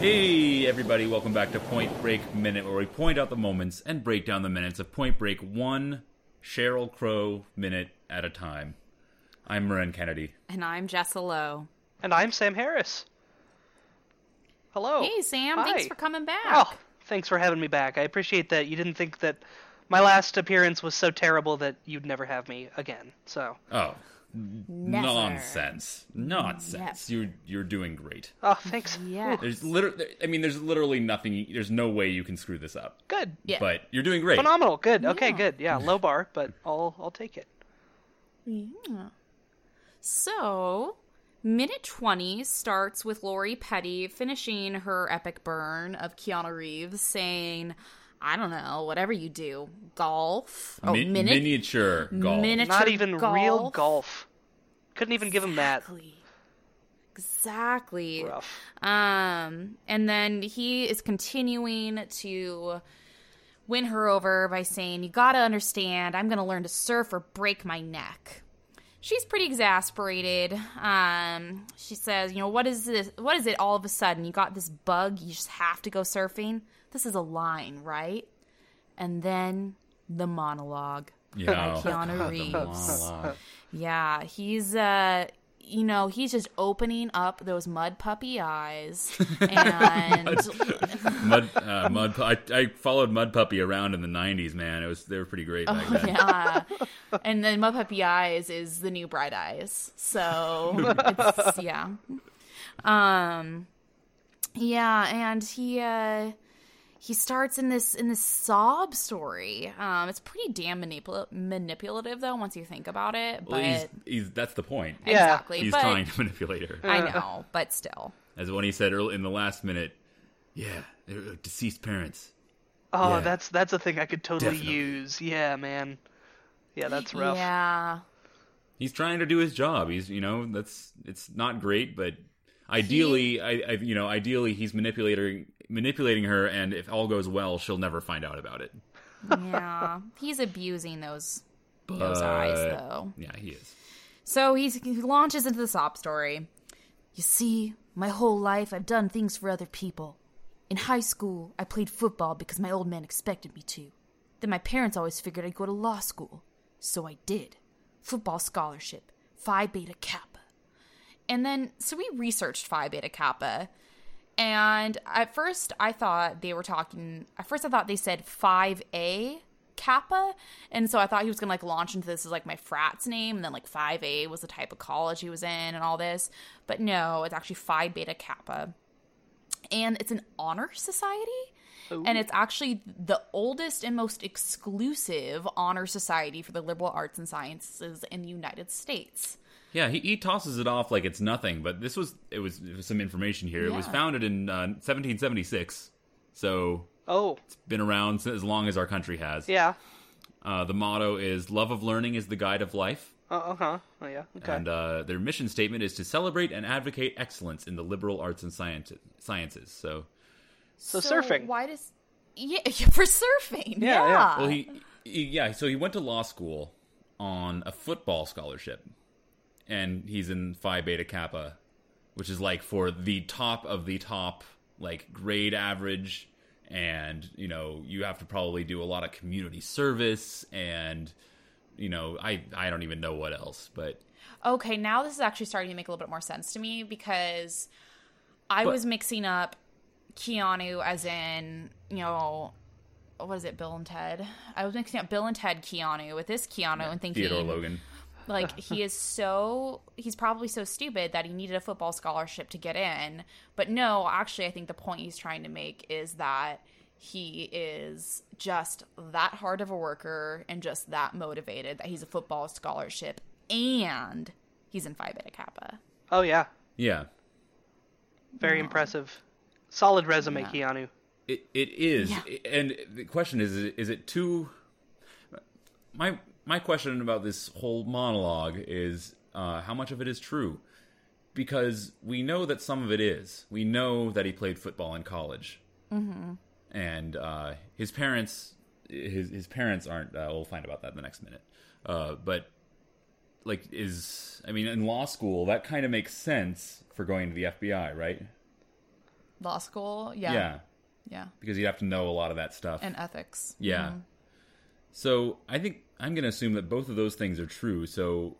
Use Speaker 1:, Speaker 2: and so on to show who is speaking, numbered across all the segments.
Speaker 1: Hey, everybody, welcome back to Point Break Minute, where we point out the moments and break down the minutes of Point Break one Cheryl Crow minute at a time. I'm Marin Kennedy.
Speaker 2: And I'm Jessa Lowe.
Speaker 3: And I'm Sam Harris. Hello.
Speaker 2: hey, Sam. Thanks
Speaker 3: Hi.
Speaker 2: for coming back.
Speaker 3: Oh, thanks for having me back. I appreciate that you didn't think that my last appearance was so terrible that you'd never have me again. So,
Speaker 1: Oh,
Speaker 2: Never.
Speaker 1: nonsense. Nonsense. You're, you're doing great.
Speaker 3: oh, thanks.
Speaker 2: Yeah.
Speaker 1: There's literally, I mean, there's literally nothing, there's no way you can screw this up.
Speaker 3: Good.
Speaker 2: Yeah.
Speaker 1: But you're doing great.
Speaker 3: Phenomenal. Good. Okay,
Speaker 2: Yeah.
Speaker 3: good. Yeah, low bar, but I'll I'll take it.
Speaker 2: So, minute 20 starts with Lori Petty finishing her epic burn of Keanu Reeves saying, I don't know, whatever you do, golf. Oh,
Speaker 1: Mi-
Speaker 2: minute.
Speaker 1: miniature golf.
Speaker 2: Miniature
Speaker 3: Not even real
Speaker 2: golf.
Speaker 3: golf. Couldn't even give him that.
Speaker 2: Exactly. Exactly.
Speaker 3: Rough.
Speaker 2: Um, and then he is continuing to win her over by saying, You gotta understand, I'm gonna learn to surf or break my neck. She's pretty exasperated. Um, she says, You know, what is this? What is it all of a sudden? You got this bug, you just have to go surfing? This is a line, right? And then the monologue.
Speaker 1: Yeah.
Speaker 2: By Keanu
Speaker 1: God, the
Speaker 2: Reeves.
Speaker 1: monologue.
Speaker 2: Yeah, he's uh you know, he's just opening up those mud puppy eyes and
Speaker 1: Mud, uh, Mud. Pu- I, I followed Mud Puppy around in the '90s, man. It was they were pretty great
Speaker 2: Oh,
Speaker 1: back then.
Speaker 2: yeah. and then mud puppy eyes is the new bright eyes. So it's yeah. Um yeah, and he uh he starts in this in this sob story. Um it's pretty damn manipul- manipulative though once you think about it, but
Speaker 1: Well, he's, he's that's the point.
Speaker 3: Yeah.
Speaker 2: exactly.
Speaker 1: He's
Speaker 2: but
Speaker 1: trying to manipulate her,
Speaker 2: I know, but still.
Speaker 1: as when he said early in the last minute. Yeah, they're uh, deceased parents.
Speaker 3: Oh,
Speaker 1: Yeah.
Speaker 3: that's that's a thing I could totally
Speaker 1: Definitely.
Speaker 3: use. Yeah, man. Yeah, that's rough.
Speaker 2: Yeah.
Speaker 1: He's trying to do his job. He's you know that's it's not great, but ideally, I, I you know ideally he's manipulating manipulating her, and if all goes well, she'll never find out about it.
Speaker 2: yeah, he's abusing those those eyes
Speaker 1: But-
Speaker 2: though.
Speaker 1: Yeah, he is.
Speaker 2: So he's, he launches into the sob story. You see, my whole life I've done things for other people. In high school, I played football because my old man expected me to. Then my parents always figured I'd go to law school, so I did. Football scholarship, Phi Beta Kappa. And then, so we researched Phi Beta Kappa. And at first, I thought they were talking. At first, I thought they said 5A Kappa. And so I thought he was going to like launch into this as like my frat's name. And then like 5A was the type of college he was in and all this. But no, it's actually Phi Beta Kappa. And it's an honor society. And it's actually the oldest and most exclusive honor society for the liberal arts and sciences in the United States.
Speaker 1: Yeah, he, he tosses it off like it's nothing, but this was it was, it was some information here. It was
Speaker 2: Yeah.
Speaker 1: founded in uh, 1776, so
Speaker 3: Oh,
Speaker 1: been around since, as long as our country has.
Speaker 3: yeah.
Speaker 1: Uh, the motto is "Love of learning is the guide of life,"
Speaker 3: Uh huh. Oh yeah. Okay.
Speaker 1: and uh, their mission statement is to celebrate and advocate excellence in the liberal arts and sciences. Sciences. So,
Speaker 3: So surfing.
Speaker 2: Why does yeah, yeah, for surfing?
Speaker 3: Yeah,
Speaker 2: Yeah.
Speaker 3: yeah.
Speaker 1: well, he, he yeah, so he went to law school on a football scholarship, and he's in Phi Beta Kappa, which is like for the top of the top, like grade average, and you know you have to probably do a lot of community service, and you know I I don't even know what else, but
Speaker 2: okay, now this is actually starting to make a little bit more sense to me because I
Speaker 1: But-
Speaker 2: was mixing up Keanu as in you know what is it, Bill and Ted? I was mixing up Bill and Ted Keanu with this Keanu and thinking
Speaker 1: Theodore Logan.
Speaker 2: Like he is so he's probably so stupid that he needed a football scholarship to get in. But no, actually I think the point he's trying to make is that he is just that hard of a worker and just that motivated that he's a football scholarship and he's in Phi Beta Kappa.
Speaker 3: Oh yeah.
Speaker 1: Yeah,
Speaker 3: Very impressive. Solid resume, Keanu.
Speaker 1: It it is,
Speaker 2: Yeah.
Speaker 1: and the question is: is it too? My my question about this whole monologue is uh, how much of it is true, because we know that some of it is. We know that he played football in college, mm-hmm. and uh, his parents his his parents aren't. Uh, we'll find about that in the next minute, uh, but. Like is I mean in law school that kind of makes sense for going to the FBI, right?
Speaker 2: law school. Yeah.
Speaker 1: Yeah.
Speaker 2: Yeah.
Speaker 1: because you have to know a lot of that stuff.
Speaker 2: And ethics.
Speaker 1: yeah. So I think I'm going to assume that both of those things are true. So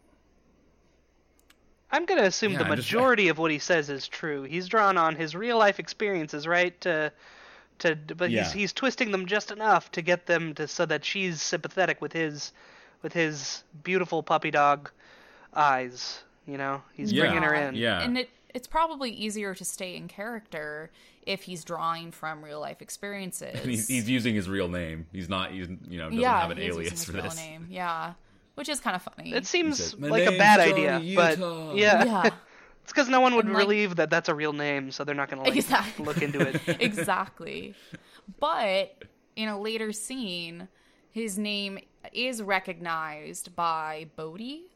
Speaker 3: I'm going to assume
Speaker 1: Yeah,
Speaker 3: the
Speaker 1: I just-
Speaker 3: majority of what he says is true. He's drawn on his real life experiences, right? To, to, but he's
Speaker 1: Yeah.
Speaker 3: he's twisting them just enough to get them to so that she's sympathetic with his, with his beautiful puppy dog eyes. You know, he's
Speaker 1: Yeah.
Speaker 3: bringing her in.
Speaker 1: Yeah.
Speaker 2: And it it's probably easier to stay in character if he's drawing from real life experiences.
Speaker 1: he's, he's using his real name. He's not, he's, you know, doesn't have an
Speaker 2: he's using
Speaker 1: alias
Speaker 2: his
Speaker 1: for
Speaker 2: real
Speaker 1: this.
Speaker 2: name. Yeah. Which is kind of funny.
Speaker 3: It seems
Speaker 1: said, "My
Speaker 3: like a
Speaker 1: name's
Speaker 3: bad
Speaker 1: Johnny
Speaker 3: idea,
Speaker 1: Utah."
Speaker 3: but yeah,
Speaker 2: yeah.
Speaker 3: it's because no one would
Speaker 2: And, like-
Speaker 3: believe that that's a real name, so they're not going to like
Speaker 2: Exactly.
Speaker 3: look into it.
Speaker 2: exactly. But in a later scene, his name is recognized by Bodhi.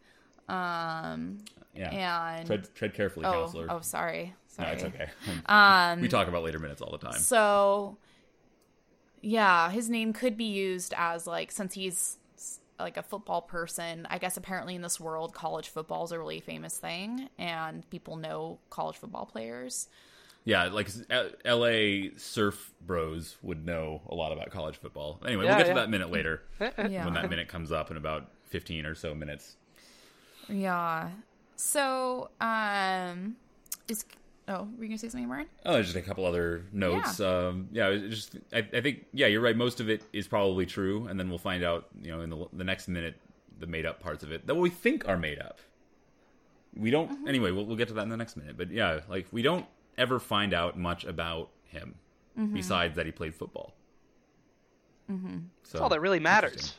Speaker 2: Um,
Speaker 1: Yeah.
Speaker 2: And-
Speaker 1: tread, tread carefully,
Speaker 2: oh,
Speaker 1: counselor.
Speaker 2: oh, sorry, sorry.
Speaker 1: no, it's okay. Um, we talk about later minutes all the time.
Speaker 2: So, yeah, his name could be used as like since he's s- like a football person. I guess apparently in this world, college football is a really famous thing, and people know college football players.
Speaker 1: Yeah, like L- L.A. surf bros would know a lot about college football. Anyway,
Speaker 3: Yeah,
Speaker 1: we'll get
Speaker 3: yeah.
Speaker 1: to that minute later
Speaker 2: Yeah,
Speaker 1: when that minute comes up in about fifteen or so minutes.
Speaker 2: Yeah. So, um, is oh, were you gonna say something, Ryan?
Speaker 1: Oh, there's just a couple other notes. Yeah, um, yeah it's just I, I think yeah, you're right. Most of it is probably true, and then we'll find out you know in the, the next minute the made up parts of it that we think are made up. We don't anyway. We'll, we'll get to that in the next minute, but yeah, like we don't ever find out much about him besides that he played football. Mm-hmm. So
Speaker 3: That's all that really matters.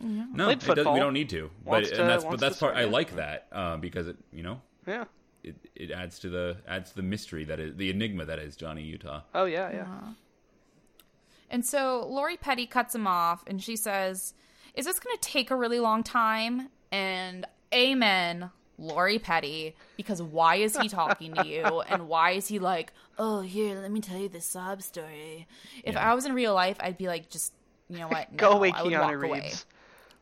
Speaker 1: No,
Speaker 3: Played
Speaker 1: it does-
Speaker 3: football.
Speaker 1: we don't need to. But
Speaker 3: Wants to-
Speaker 1: and that's but
Speaker 3: wants
Speaker 1: that's
Speaker 3: to
Speaker 1: part I
Speaker 3: say it.
Speaker 1: like that uh, because it you know
Speaker 3: Yeah.
Speaker 1: it, it adds to the adds to the mystery that is the enigma that is Johnny Utah.
Speaker 3: Oh yeah, yeah.
Speaker 2: And so Lori Petty cuts him off, and she says, "Is this gonna take a really long time?" And amen. Lori Petty, because why is he talking to you? And why is he like,
Speaker 4: Oh, here, let me tell you the sob story.
Speaker 2: if
Speaker 1: Yeah.
Speaker 2: I was in real life, I'd be like, just, you know what?
Speaker 3: Go
Speaker 2: no,
Speaker 3: away,
Speaker 2: I would
Speaker 3: Keanu
Speaker 2: walk
Speaker 3: Reeves.
Speaker 2: away.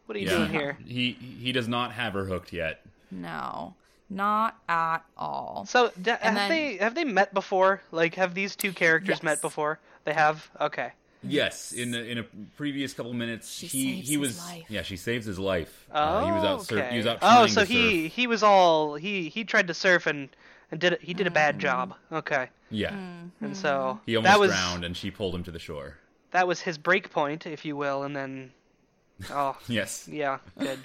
Speaker 3: What are you doing here?
Speaker 1: He he does not have her hooked yet.
Speaker 2: No, not at all.
Speaker 3: So d- have
Speaker 2: then-
Speaker 3: they have they met before? Like, have these two characters
Speaker 2: Yes.
Speaker 3: met before? They have. Okay.
Speaker 1: Yes, in a, in a previous couple minutes, he
Speaker 2: saves
Speaker 1: he
Speaker 2: his
Speaker 1: was
Speaker 2: life.
Speaker 1: yeah she saves his life.
Speaker 3: Oh,
Speaker 1: Uh, he was out sur-
Speaker 3: okay.
Speaker 1: he was out
Speaker 3: oh,
Speaker 1: trying
Speaker 3: so
Speaker 1: to
Speaker 3: he
Speaker 1: surf.
Speaker 3: he was all he he tried to surf and and did it. He did a
Speaker 2: Mm.
Speaker 3: bad job. Okay.
Speaker 1: yeah
Speaker 3: And so
Speaker 1: he almost
Speaker 3: Hmm. that was
Speaker 1: drowned and she pulled him to the shore.
Speaker 3: that was his break point, if you will, and then oh
Speaker 1: Yes,
Speaker 3: yeah, good,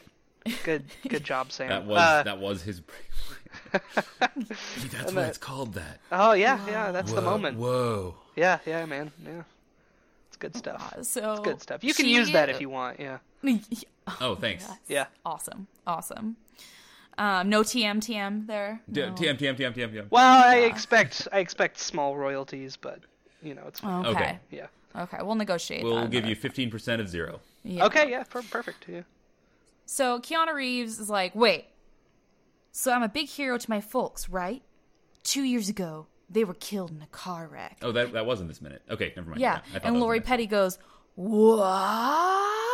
Speaker 3: good, good job, Sam.
Speaker 1: that was
Speaker 3: Uh,
Speaker 1: that was his. break. That's why it's called that.
Speaker 3: Oh yeah, yeah, that's the
Speaker 1: Whoa,
Speaker 3: moment.
Speaker 1: Whoa.
Speaker 3: Yeah, yeah, man, yeah. It's good stuff.
Speaker 2: So
Speaker 3: It's good stuff. You can use that if you want. Yeah,
Speaker 2: want.
Speaker 1: Oh, thanks.
Speaker 3: yeah.
Speaker 2: awesome awesome um no tm tm there
Speaker 1: D-
Speaker 2: No.
Speaker 1: TM TM TM TM TM.
Speaker 3: Well, I expect I expect small royalties, but you know it's fine.
Speaker 2: okay
Speaker 1: Okay.
Speaker 3: yeah.
Speaker 2: okay we'll negotiate
Speaker 1: We'll
Speaker 2: that.
Speaker 1: give you fifteen percent of zero.
Speaker 2: Yeah.
Speaker 3: Okay, yeah, per- perfect. Yeah.
Speaker 2: so keanu reeves is like wait
Speaker 4: So I'm a big hero to my folks, right? Two years ago, they were killed in a car wreck.
Speaker 1: Oh, that that wasn't this minute. Okay, never mind. I
Speaker 2: yeah
Speaker 1: thought that
Speaker 2: and
Speaker 1: was the
Speaker 2: lori
Speaker 1: next-
Speaker 2: petty goes what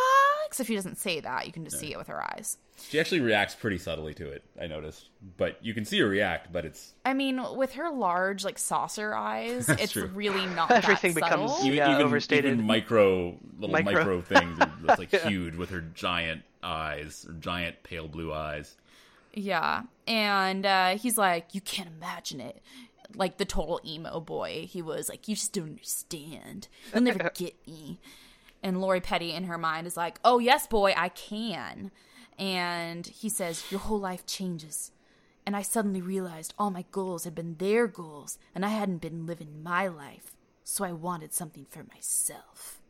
Speaker 2: except she doesn't say that you can just see it with her eyes
Speaker 1: She actually reacts pretty subtly to it. I noticed, but you can see her react. But it's
Speaker 2: i mean with her large like saucer eyes it's
Speaker 1: true.
Speaker 2: really not
Speaker 3: Everything
Speaker 2: that subtle.
Speaker 3: becomes-
Speaker 1: even,
Speaker 3: Yeah,
Speaker 1: e- even,
Speaker 3: overstated.
Speaker 1: even micro little
Speaker 3: Micro.
Speaker 1: micro, things that's like huge with her giant eyes, her giant pale blue eyes.
Speaker 2: Yeah. And uh, he's like, You can't imagine it. Like the total emo boy. He was like, You just don't understand. You'll never get me. And Lori Petty in her mind is like, Oh, yes, boy, I can. And he says,
Speaker 4: Your whole life changes. And I suddenly realized all my goals had been their goals, and I hadn't been living my life. So I wanted something for myself.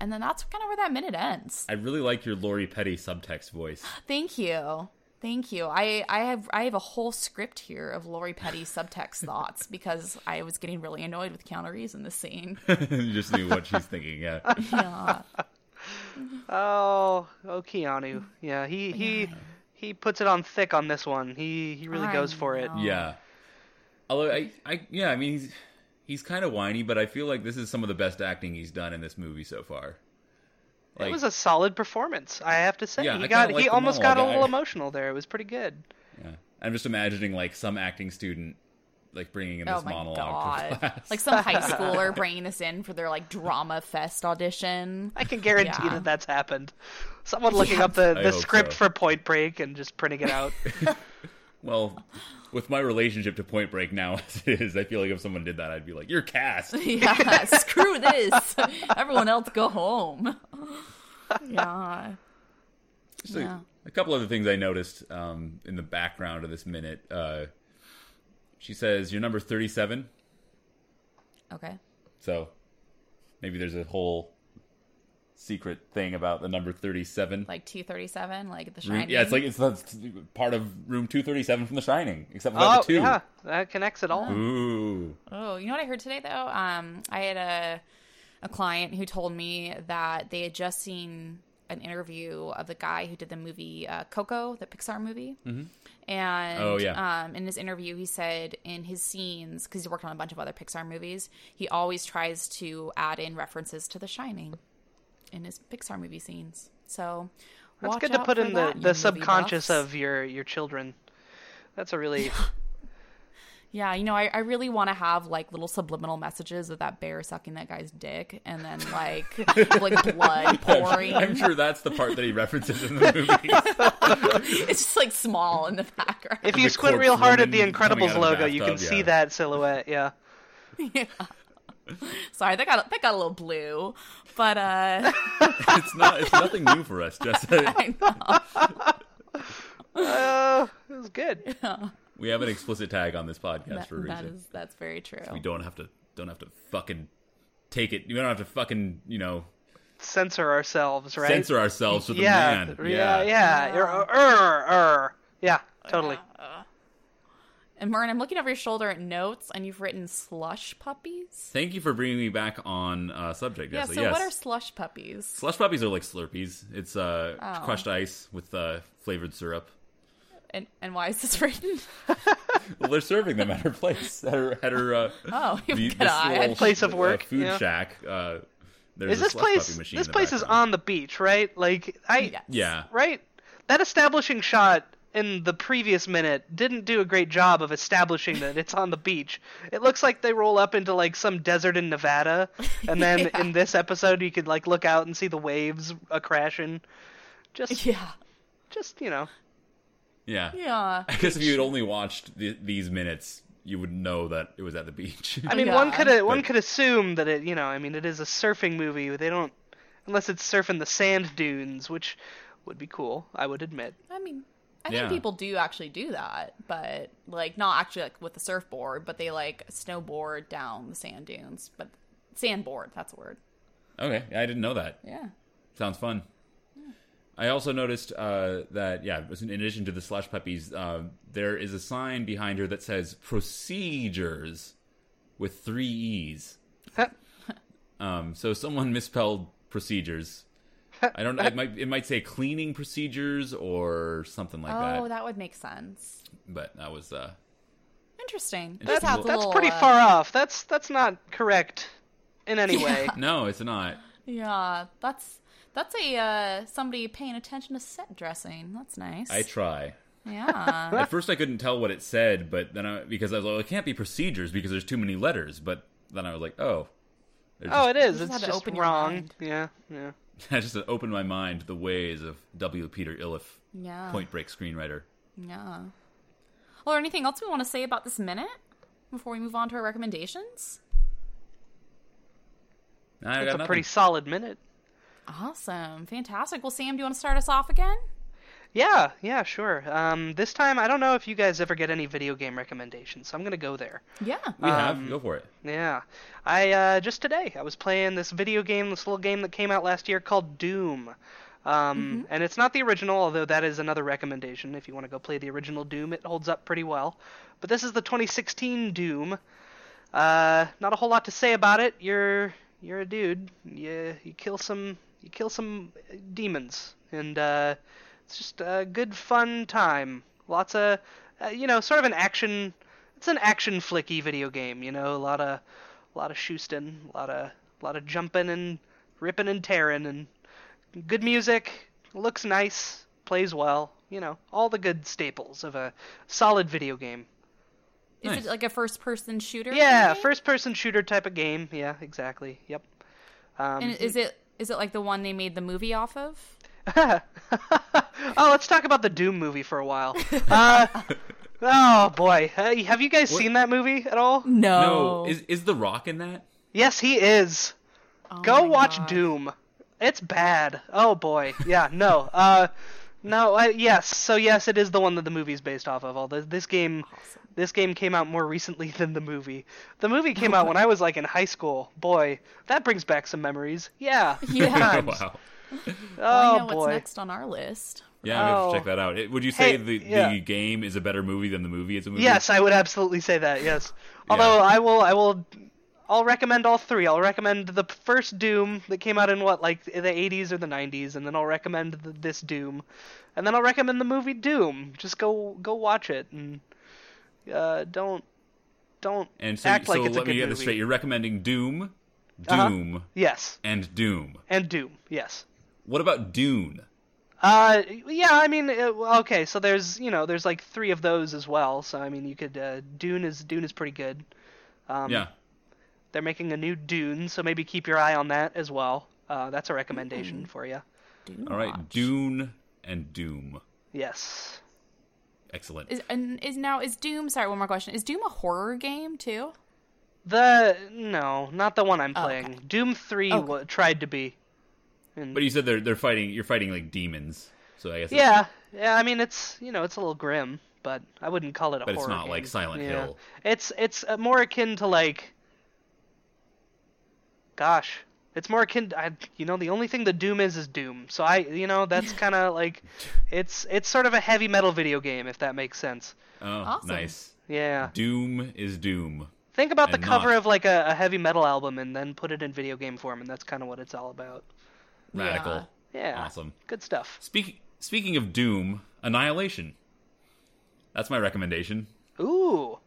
Speaker 2: And then that's kind of where that minute ends.
Speaker 1: I really like your Lori Petty subtext voice.
Speaker 2: Thank you. Thank you. I, I have I have a whole script here of Lori Petty subtext thoughts because I was getting really annoyed with Keanu Reeves in this scene.
Speaker 1: you just knew what she's thinking. Yeah,
Speaker 2: Yeah.
Speaker 3: Oh, oh, Keanu. Yeah, he he he puts it on thick on this one. He he really
Speaker 2: I
Speaker 3: goes for it.
Speaker 2: know.
Speaker 1: yeah. Although I, I yeah, I mean he's he's kind of whiny, but I feel like this is some of the best acting he's done in this movie so far.
Speaker 3: It was a solid performance, I have to say.
Speaker 1: Yeah, I
Speaker 3: he
Speaker 1: kinda
Speaker 3: got
Speaker 1: like
Speaker 3: he
Speaker 1: them
Speaker 3: almost
Speaker 1: all.
Speaker 3: got a
Speaker 1: I-
Speaker 3: little emotional there. It was pretty good.
Speaker 1: Yeah. I'm just imagining like some acting student like bringing in this
Speaker 2: Oh my
Speaker 1: monologue to
Speaker 2: god!
Speaker 1: class.
Speaker 2: Like some high schooler bringing this in for their like drama fest audition.
Speaker 3: I can guarantee
Speaker 2: Yeah.
Speaker 3: that that's happened. Someone looking up the,
Speaker 1: I
Speaker 3: the
Speaker 1: hope
Speaker 3: script
Speaker 1: so.
Speaker 3: for Point Break and just printing it out.
Speaker 1: well, with my relationship to Point Break now as it is, I feel like if someone did that, I'd be like, "You're cast."
Speaker 2: yeah, screw this. Everyone else go home. yeah.
Speaker 1: Just a- a, couple other things I noticed um, in the background of this minute. Uh, she says, "You're number 37,"
Speaker 2: Okay.
Speaker 1: so maybe there's a whole secret thing about the number 37.
Speaker 2: Like 237, like the
Speaker 1: Room-
Speaker 2: shiny.
Speaker 1: yeah, it's like it's that's part of room 237 from The Shining, except without
Speaker 3: oh,
Speaker 1: the two.
Speaker 3: yeah. That connects it all.
Speaker 1: Ooh.
Speaker 2: Oh, you know what I heard today though? Um, I had a a client who told me that they had just seen an interview of the guy who did the movie uh, Coco, the Pixar movie. Mm-hmm. And
Speaker 1: Oh, yeah.
Speaker 2: um, in his interview, he said in his scenes because he worked on a bunch of other Pixar movies, he always tries to add in references to The Shining in his Pixar movie scenes. So
Speaker 3: That's
Speaker 2: watch
Speaker 3: good to
Speaker 2: out
Speaker 3: put
Speaker 2: for that,
Speaker 3: in the,
Speaker 2: you
Speaker 3: the
Speaker 2: movie
Speaker 3: subconscious
Speaker 2: buffs.
Speaker 3: of your, your children. That's a really.
Speaker 2: Yeah, you know, I, I really want to have like little subliminal messages of that bear sucking that guy's dick and then like like blood pouring.
Speaker 1: I'm sure that's the part that he references in the movie.
Speaker 2: It's just like small in the background.
Speaker 3: If
Speaker 1: The
Speaker 3: you squint
Speaker 1: corpse
Speaker 3: real hard at the
Speaker 1: woman coming out
Speaker 3: Incredibles
Speaker 1: of the
Speaker 3: logo, you can
Speaker 1: bathtub,
Speaker 3: see
Speaker 1: yeah.
Speaker 3: that silhouette. Yeah.
Speaker 2: Sorry, that got that got a little blue. But uh
Speaker 1: it's not. It's nothing new for us, Jessa.
Speaker 2: I know.
Speaker 3: Uh, it was good.
Speaker 1: We have an explicit tag on this podcast
Speaker 2: That,
Speaker 1: for a
Speaker 2: that
Speaker 1: reason.
Speaker 2: is that's very true.
Speaker 1: We don't have to. Don't have to fucking take it. We don't have to fucking you know
Speaker 3: Censor ourselves, right?
Speaker 1: censor ourselves for the
Speaker 3: yeah,
Speaker 1: man.
Speaker 3: th-
Speaker 1: yeah.
Speaker 3: yeah, yeah. You're- uh, er, er. Yeah, totally.
Speaker 2: And Mern, I'm looking over your shoulder at notes and you've written slush puppies.
Speaker 1: Thank you for bringing me back on uh, subject,
Speaker 2: Yeah,
Speaker 1: Jessa.
Speaker 2: so
Speaker 1: yes.
Speaker 2: what are slush puppies?
Speaker 1: Slush puppies are like Slurpees. It's uh,
Speaker 2: Oh.
Speaker 1: crushed ice with uh, flavored syrup.
Speaker 2: And and why is this written?
Speaker 1: Well, they're serving them at her place, at her, at her uh,
Speaker 2: Oh,
Speaker 1: the-
Speaker 2: good
Speaker 1: this
Speaker 2: eye.
Speaker 1: little,
Speaker 3: Place of
Speaker 1: uh,
Speaker 3: work,
Speaker 1: food
Speaker 3: yeah.
Speaker 1: shack. Uh, there's
Speaker 3: Is
Speaker 1: a
Speaker 3: this
Speaker 1: slush
Speaker 3: place?
Speaker 1: puppy machine.
Speaker 3: This
Speaker 1: in the
Speaker 3: place is
Speaker 1: background.
Speaker 3: on the beach, right? Like I.
Speaker 2: Yes.
Speaker 1: Yeah,
Speaker 3: Right. That establishing shot in the previous minute didn't do a great job of establishing that it's on the beach. It looks like they roll up into like some desert in Nevada, and then in this episode you could like look out and see the waves a crashing. Just,
Speaker 2: Yeah.
Speaker 3: just you know,
Speaker 1: yeah,
Speaker 2: Yeah.
Speaker 1: I guess if you had only watched the, these minutes, you would know that it was at the beach.
Speaker 3: I mean,
Speaker 2: Yeah.
Speaker 3: one could one
Speaker 1: But-
Speaker 3: could assume that it, you know, I mean, it is a surfing movie. They don't, unless it's surfing the sand dunes, which would be cool. I would admit.
Speaker 2: I mean, I
Speaker 1: Yeah.
Speaker 2: think people do actually do that, but like not actually like with the surfboard, but they like snowboard down the sand dunes, but sandboard, that's a word.
Speaker 1: okay, I didn't know that.
Speaker 2: Yeah.
Speaker 1: Sounds fun. I also noticed uh, that, yeah, in addition to the slush puppies, uh, there is a sign behind her that says procedures with three E's. Um, so someone misspelled procedures. I don't know. It might, it might say cleaning procedures or something like
Speaker 2: oh,
Speaker 1: that,
Speaker 2: that would make sense.
Speaker 1: But that was, uh,
Speaker 2: Interesting.
Speaker 1: That's-
Speaker 2: Just have a
Speaker 1: that's
Speaker 3: That's
Speaker 2: little,
Speaker 3: pretty
Speaker 2: uh,
Speaker 3: far off. That's that's not correct in any way.
Speaker 1: no, it's not.
Speaker 2: Yeah, that's that's a uh, somebody paying attention to set dressing. That's nice.
Speaker 1: I try.
Speaker 2: yeah.
Speaker 1: At first, I couldn't tell what it said, but then I, because I was like, well, it can't be procedures because there's too many letters. But then I was like, oh, they're just-
Speaker 3: Oh, it is.
Speaker 2: You just
Speaker 3: It's
Speaker 2: had to
Speaker 3: just
Speaker 2: open your
Speaker 3: wrong.
Speaker 2: mind.
Speaker 3: Yeah, yeah.
Speaker 1: I just opened my mind to the ways of W. Peter Iliff,
Speaker 2: yeah.
Speaker 1: Point Break screenwriter.
Speaker 2: Yeah. Well, or anything else we want to say about this minute before we move on to our recommendations?
Speaker 1: I
Speaker 3: It's
Speaker 1: got
Speaker 3: a
Speaker 1: nothing.
Speaker 3: pretty solid minute.
Speaker 2: Awesome. Fantastic. Well, Sam, do you want to start us off again?
Speaker 3: Yeah, yeah, sure. Um, this time I don't know if you guys ever get any video game recommendations, so I'm gonna go there.
Speaker 2: Yeah.
Speaker 1: We have go for it.
Speaker 3: Yeah, I uh, just today I was playing this video game, this little game that came out last year called Doom,
Speaker 2: Mm-hmm.
Speaker 3: um, and it's not the original, although that is another recommendation if you want to go play the original Doom. It holds up pretty well, but this is the 2016 Doom. Uh, not a whole lot to say about it. You're you're a dude. You you kill some you kill some uh, demons, and uh, it's just a good fun time. Lots of uh, you know, sort of an action. It's an action flicky video game. You know, a lot of a lot of shoosting, a lot of a lot of jumping and ripping and tearing, and good music. Looks nice. Plays well. You know, all the good staples of a solid video game.
Speaker 2: Is
Speaker 1: Nice.
Speaker 2: it like a first person shooter?
Speaker 3: Yeah,
Speaker 2: game?
Speaker 3: first person shooter type of game. Yeah, exactly. Yep. Um,
Speaker 2: And is it is it like the one they made the movie off of?
Speaker 3: oh, let's talk about the Doom movie for a while. Uh, oh boy, Uh, have you guys seen that movie at all? Oh,
Speaker 1: No, is is the Rock in that?
Speaker 3: Yes, he is.
Speaker 2: Oh
Speaker 3: Go
Speaker 2: my
Speaker 3: watch
Speaker 2: God.
Speaker 3: Doom. It's bad. Oh boy. Yeah. No. Uh, no. I, yes. So yes, it is the one that the movie's based off of. Although this game, this game came out more recently than the movie. The movie came
Speaker 2: Oh
Speaker 3: out when I was like in high school. Boy, that brings back some memories. Yeah.
Speaker 2: Yeah.
Speaker 3: Times.
Speaker 1: wow.
Speaker 2: I
Speaker 3: Oh
Speaker 2: know
Speaker 3: boy.
Speaker 2: what's next on our list.
Speaker 1: Yeah, I'm gonna have to
Speaker 3: Oh.
Speaker 1: check that out. It- would you say
Speaker 3: Hey,
Speaker 1: the,
Speaker 3: yeah.
Speaker 1: the game is a better movie than the movie is a movie?
Speaker 3: Yes, I would absolutely say that. Yes. Although I will, I will, I'll recommend all three. I'll recommend the first Doom that came out in what, like the '80s or the '90s, and then I'll recommend the, this Doom, and then I'll recommend the movie Doom. Just go, go watch it, and uh, don't, don't
Speaker 1: And so,
Speaker 3: act
Speaker 1: so
Speaker 3: like it's
Speaker 1: let
Speaker 3: a good
Speaker 1: me get
Speaker 3: movie.
Speaker 1: this straight. You're recommending Doom,
Speaker 3: Uh-huh.
Speaker 1: Doom,
Speaker 3: Yes,
Speaker 1: and Doom.
Speaker 3: and Doom. Yes.
Speaker 1: What about Dune?
Speaker 3: Uh, yeah, I mean, uh, well, okay, so there's, you know, there's like three of those as well. So I mean, you could uh, Dune is Dune is pretty good. Um,
Speaker 1: Yeah.
Speaker 3: They're making a new Dune, so maybe keep your eye on that as well. Uh, that's a
Speaker 1: Hmm.
Speaker 3: recommendation for you.
Speaker 1: All right, Dune and Doom.
Speaker 3: Yes.
Speaker 1: Excellent.
Speaker 2: Is and is now is Doom? Sorry, one more question. Is Doom a horror game too?
Speaker 3: The no, not the one I'm
Speaker 1: Oh,
Speaker 3: playing. Doom Three
Speaker 2: Okay.
Speaker 3: wa- tried to be.
Speaker 1: But you said they're they're fighting. You're fighting like demons. So I guess it's-
Speaker 3: Yeah, yeah. I mean, it's you know, it's a little grim, but I wouldn't call it a
Speaker 1: But it's
Speaker 3: horror.
Speaker 1: not like
Speaker 3: game.
Speaker 1: Silent
Speaker 3: Yeah.
Speaker 1: Hill.
Speaker 3: It's it's uh, more akin to like. Gosh, it's more akin. I you know the only thing the Doom is is Doom. So I you know that's kind of like, it's it's sort of a heavy metal video game if that makes sense.
Speaker 1: oh,
Speaker 2: Awesome.
Speaker 1: nice.
Speaker 3: Yeah.
Speaker 1: Doom is Doom.
Speaker 3: Think about the
Speaker 1: and
Speaker 3: cover
Speaker 1: not-
Speaker 3: of like a, a heavy metal album and then put it in video game form, and that's kind of what it's all about.
Speaker 1: Radical.
Speaker 3: Yeah.
Speaker 1: Awesome.
Speaker 3: Good stuff.
Speaker 1: Speaking speaking of Doom, Annihilation. That's my recommendation.
Speaker 3: Ooh,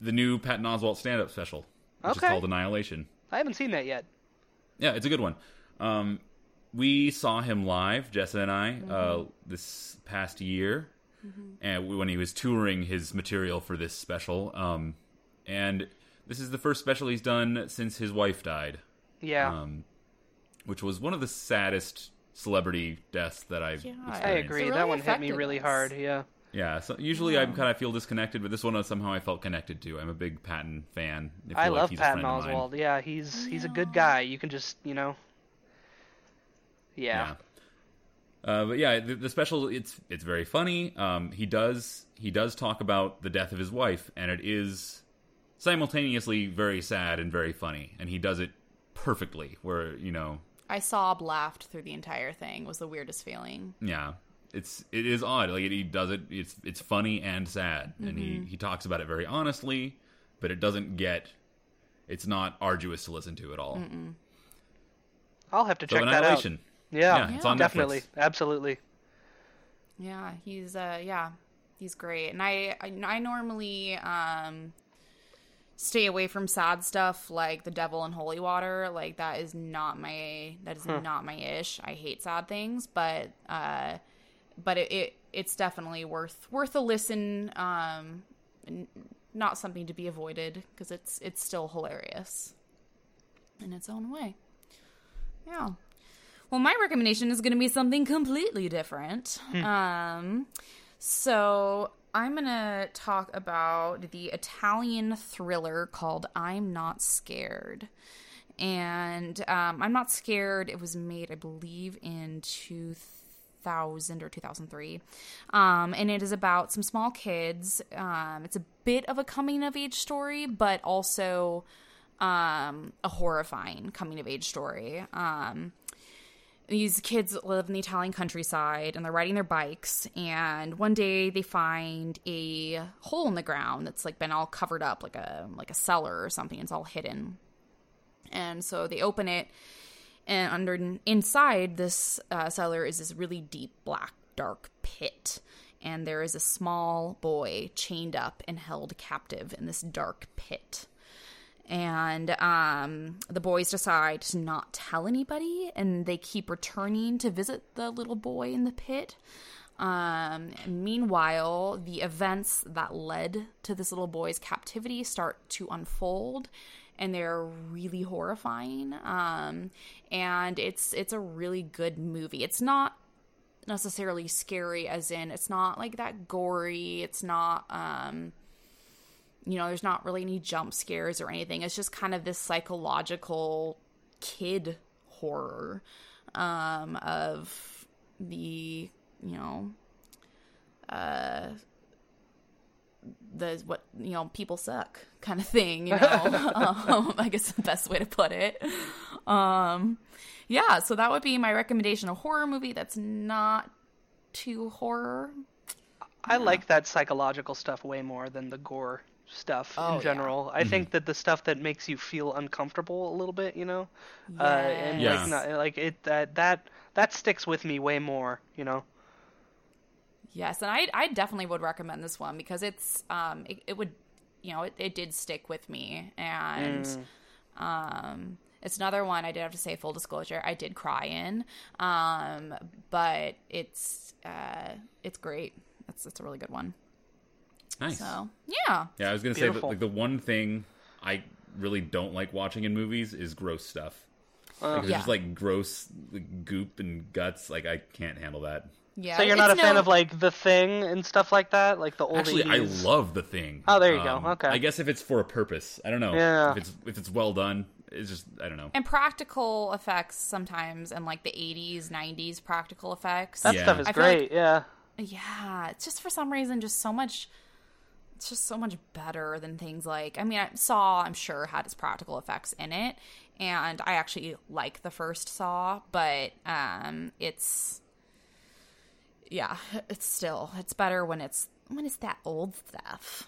Speaker 1: The new Patton Oswalt stand-up special, which
Speaker 3: Okay.
Speaker 1: is called Annihilation.
Speaker 3: I haven't seen that yet.
Speaker 1: Yeah, it's a good one. Um, we saw him live, Jessa and I, uh, this past year, and we- when he was touring his material for this special. Um, and this is the first special he's done since his wife died,
Speaker 3: Yeah.
Speaker 1: um, which was one of the saddest celebrity deaths that I've
Speaker 2: Yeah, I
Speaker 1: experienced.
Speaker 3: I agree.
Speaker 2: It really
Speaker 3: that one hit me
Speaker 2: affected
Speaker 3: really
Speaker 2: us.
Speaker 3: hard. Yeah.
Speaker 1: Yeah, so usually I kind of feel disconnected, but this one uh, somehow I felt connected to. I'm a big Patton fan. If
Speaker 3: I
Speaker 1: you like,
Speaker 3: love
Speaker 1: he's a
Speaker 3: Patton
Speaker 1: friend of mine.
Speaker 3: Oswald. Yeah, he's he's a good guy. You can just you know. Yeah.
Speaker 1: yeah. Uh, but yeah, the, the special it's it's very funny. Um, he does he does talk about the death of his wife, and it is simultaneously very sad and very funny, and he does it perfectly. Where you know,
Speaker 2: I sob laughed through the entire thing. Was the weirdest feeling.
Speaker 1: yeah, it's it is odd. Like he does it, it's it's funny and sad, and he
Speaker 3: Mm-hmm.
Speaker 1: he talks about it very honestly, but it doesn't get. It's not arduous to listen to at all.
Speaker 3: I'll have to
Speaker 1: So
Speaker 3: check that out.
Speaker 1: annihilation,
Speaker 3: Yeah.
Speaker 1: Yeah, it's on
Speaker 3: definitely.
Speaker 1: Netflix.
Speaker 3: Absolutely.
Speaker 2: Yeah, he's uh yeah, he's great. And I I, I normally um stay away from sad stuff like the devil and holy water. Like that is not my that is not my ish. I hate sad things, but uh but it, it it's definitely worth worth a listen um n- not something to be avoided because it's it's still hilarious in its own way. Yeah. Well, my recommendation is going to be something completely different. Um, so I'm going to talk about the Italian thriller called I'm Not Scared. And um, I'm Not Scared, it was made, I believe, in 2000 or 2003. Um, and it is about some small kids. Um, it's a bit of a coming of age story, but also um, a horrifying coming of age story. Um, these kids live in the Italian countryside and they're riding their bikes. And one day they find a hole in the ground that's like been all covered up, like a like a cellar or something. It's all hidden. And so they open it, and under inside this uh, cellar is this really deep black dark pit. And there is a small boy chained up and held captive in this dark pit and um, the boys decide to not tell anybody and they keep returning to visit the little boy in the pit Um, meanwhile, the events that led to this little boy's captivity start to unfold, and they're really horrifying. Um, and it's it's a really good movie. It's not necessarily scary, as in it's not like that gory. It's not um, you know, there's not really any jump scares or anything. It's just kind of this psychological kid horror um, of the you know uh the what you know people suck kind of thing you know um, i guess the best way to put it um yeah so that would be my recommendation a horror movie that's not too horror
Speaker 3: I like that psychological stuff way more than the gore stuff
Speaker 2: Oh, yeah.
Speaker 3: in general.
Speaker 1: Mm-hmm.
Speaker 3: I think that the stuff that makes you feel uncomfortable a little bit, you know, uh, and
Speaker 1: Yes.
Speaker 3: like not, like it that that that sticks with me way more, you know.
Speaker 2: Yes, and I I definitely would recommend this one because it's um it, it would you know it, it did stick with me and
Speaker 3: Mm.
Speaker 2: um it's another one I did have to say full disclosure I did cry in um but it's uh it's great it's it's a really good one
Speaker 1: Nice.
Speaker 2: so yeah
Speaker 1: Yeah, I was gonna say that
Speaker 3: Beautiful.
Speaker 1: like the one thing I really don't like watching in movies is gross stuff.
Speaker 3: Uh,
Speaker 1: Like, if it's
Speaker 2: Yeah.
Speaker 1: Just like gross like, goop and guts. Like I can't handle that.
Speaker 2: yeah
Speaker 3: So you're not a
Speaker 2: it's
Speaker 3: fan
Speaker 2: no-
Speaker 3: of like the thing and stuff like that, like the old.
Speaker 1: Actually, I
Speaker 3: 80s?
Speaker 1: love the thing. Um,
Speaker 3: Oh, there you go. Okay.
Speaker 1: I guess if it's for a purpse, I don't know.
Speaker 3: Yeah.
Speaker 1: If it's if it's well done, it's just I don't know.
Speaker 2: and practical effects sometimes and like the 80s 90s practical effects
Speaker 3: that
Speaker 1: Yeah.
Speaker 3: stuff is
Speaker 2: I feel like-
Speaker 3: great. yeah,
Speaker 2: yeah it's just for some reason just so much it's just so much better than things like i mean I, saw i'm sure had its practical effects in it and i actually like the first saw but um it's yeah it's still it's better when it's when it's that old stuff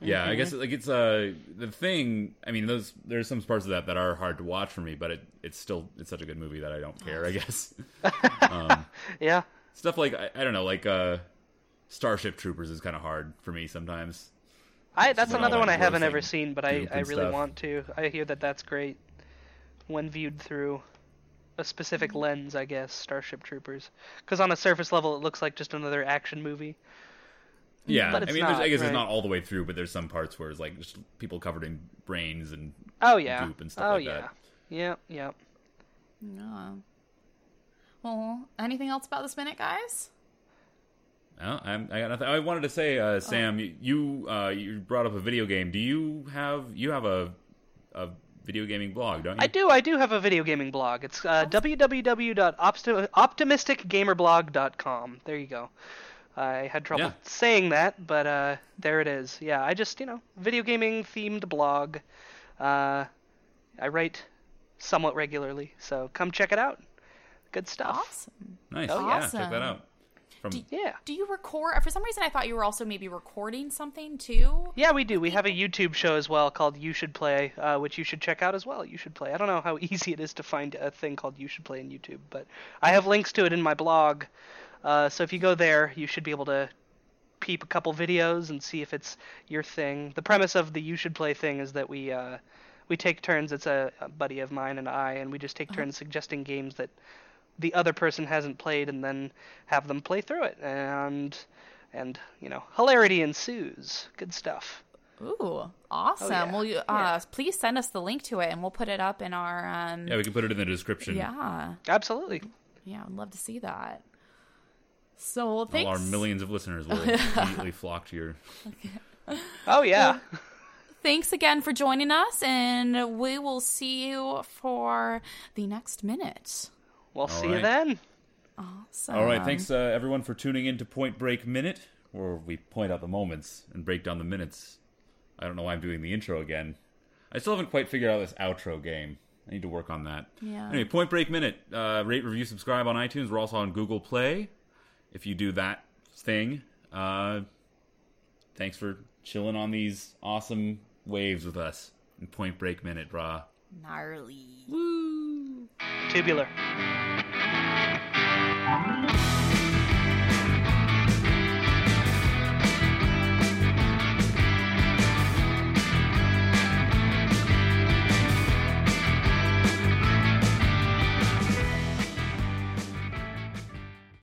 Speaker 1: Yeah, I guess like it's uh the thing. I mean, those there's some parts of that that are hard to watch for me, but it it's still it's such a good movie that I don't care. I guess
Speaker 3: yeah.
Speaker 1: stuff like I, I don't know, like uh Starship Troopers is kind of hard for me sometimes.
Speaker 3: I that's
Speaker 1: When all
Speaker 3: another
Speaker 1: that
Speaker 3: one I haven't
Speaker 1: gross,
Speaker 3: ever
Speaker 1: like,
Speaker 3: seen, but I
Speaker 1: goop
Speaker 3: I
Speaker 1: and
Speaker 3: really
Speaker 1: stuff.
Speaker 3: want to. I hear that that's great when viewed through a specific lens, I guess. Starship Troopers, because on a surface level, it looks like just another action movie.
Speaker 1: Yeah,
Speaker 3: But
Speaker 1: I
Speaker 3: it's
Speaker 1: mean, there's, I
Speaker 3: not,
Speaker 1: guess it's
Speaker 3: right?
Speaker 1: not all the way through, but there's some parts where it's like just people covered in brains and
Speaker 3: Oh yeah.
Speaker 1: Goop and stuff
Speaker 3: oh
Speaker 1: like
Speaker 3: yeah.
Speaker 1: that.
Speaker 3: Yeah, yeah.
Speaker 2: yeah well anything else about this minute guys
Speaker 1: No, oh, I'm, I got nothing. I wanted to say, uh, Sam, you you, uh, you brought up a video game. Do you have you have a a video gaming blog? Don't you?
Speaker 3: I do. I do have a video gaming blog. It's uh, www.optimisticgamerblog.com. There you go. I had trouble
Speaker 1: Yeah.
Speaker 3: saying that, but uh, there it is. Yeah, I just you know video gaming themed blog. Uh, I write somewhat regularly, so come check it out. Good stuff.
Speaker 2: awesome
Speaker 1: Nice.
Speaker 2: Oh,
Speaker 1: yeah, check
Speaker 2: awesome.
Speaker 1: that out. From
Speaker 3: Yeah.
Speaker 2: do you record for some reason i thought you were also maybe recording something too
Speaker 3: Yeah, we do. We have a YouTube show as well called You Should Play, uh, which you should check out as well. You Should Play. I don't know how easy it is to find a thing called You Should Play in YouTube, but I have links to it in my blog. Uh, so if you go there, you should be able to peep a couple videos and see if it's your thing. The premise of the You Should Play thing is that we uh, we take turns. It's a, a buddy of mine and I, and we just take turns suggesting games that the other person hasn't played, and then have them play through it. And and you know, hilarity ensues. Good stuff.
Speaker 2: Ooh, awesome!
Speaker 3: Oh, yeah.
Speaker 2: Well, you uh,
Speaker 3: Yeah.
Speaker 2: please send us the link to it, and we'll put it up in our um.
Speaker 1: yeah, we can put it in the description.
Speaker 2: Yeah,
Speaker 3: Absolutely.
Speaker 2: yeah, I'd love to see that. So well,
Speaker 1: All
Speaker 2: thanks.
Speaker 1: our millions of listeners will immediately flock to your.
Speaker 3: Oh yeah.
Speaker 2: Thanks again for joining us, and we will see you for the next minute.
Speaker 3: We'll see you
Speaker 1: right.
Speaker 3: then.
Speaker 2: So,
Speaker 1: All right, thanks uh, everyone for tuning in to Point Break Minute, where we point out the moments and break down the minutes. I don't know why I'm doing the intro again. I still haven't quite figured out this outro game. I need to work on that.
Speaker 2: Yeah.
Speaker 1: Anyway, Point Break Minute. Uh, rate, review, subscribe on iTunes. We're also on Google Play. If you do that thing, uh, thanks for chilling on these awesome waves with us. in Point Break Minute, brah.
Speaker 2: Gnarly.
Speaker 3: Tubular.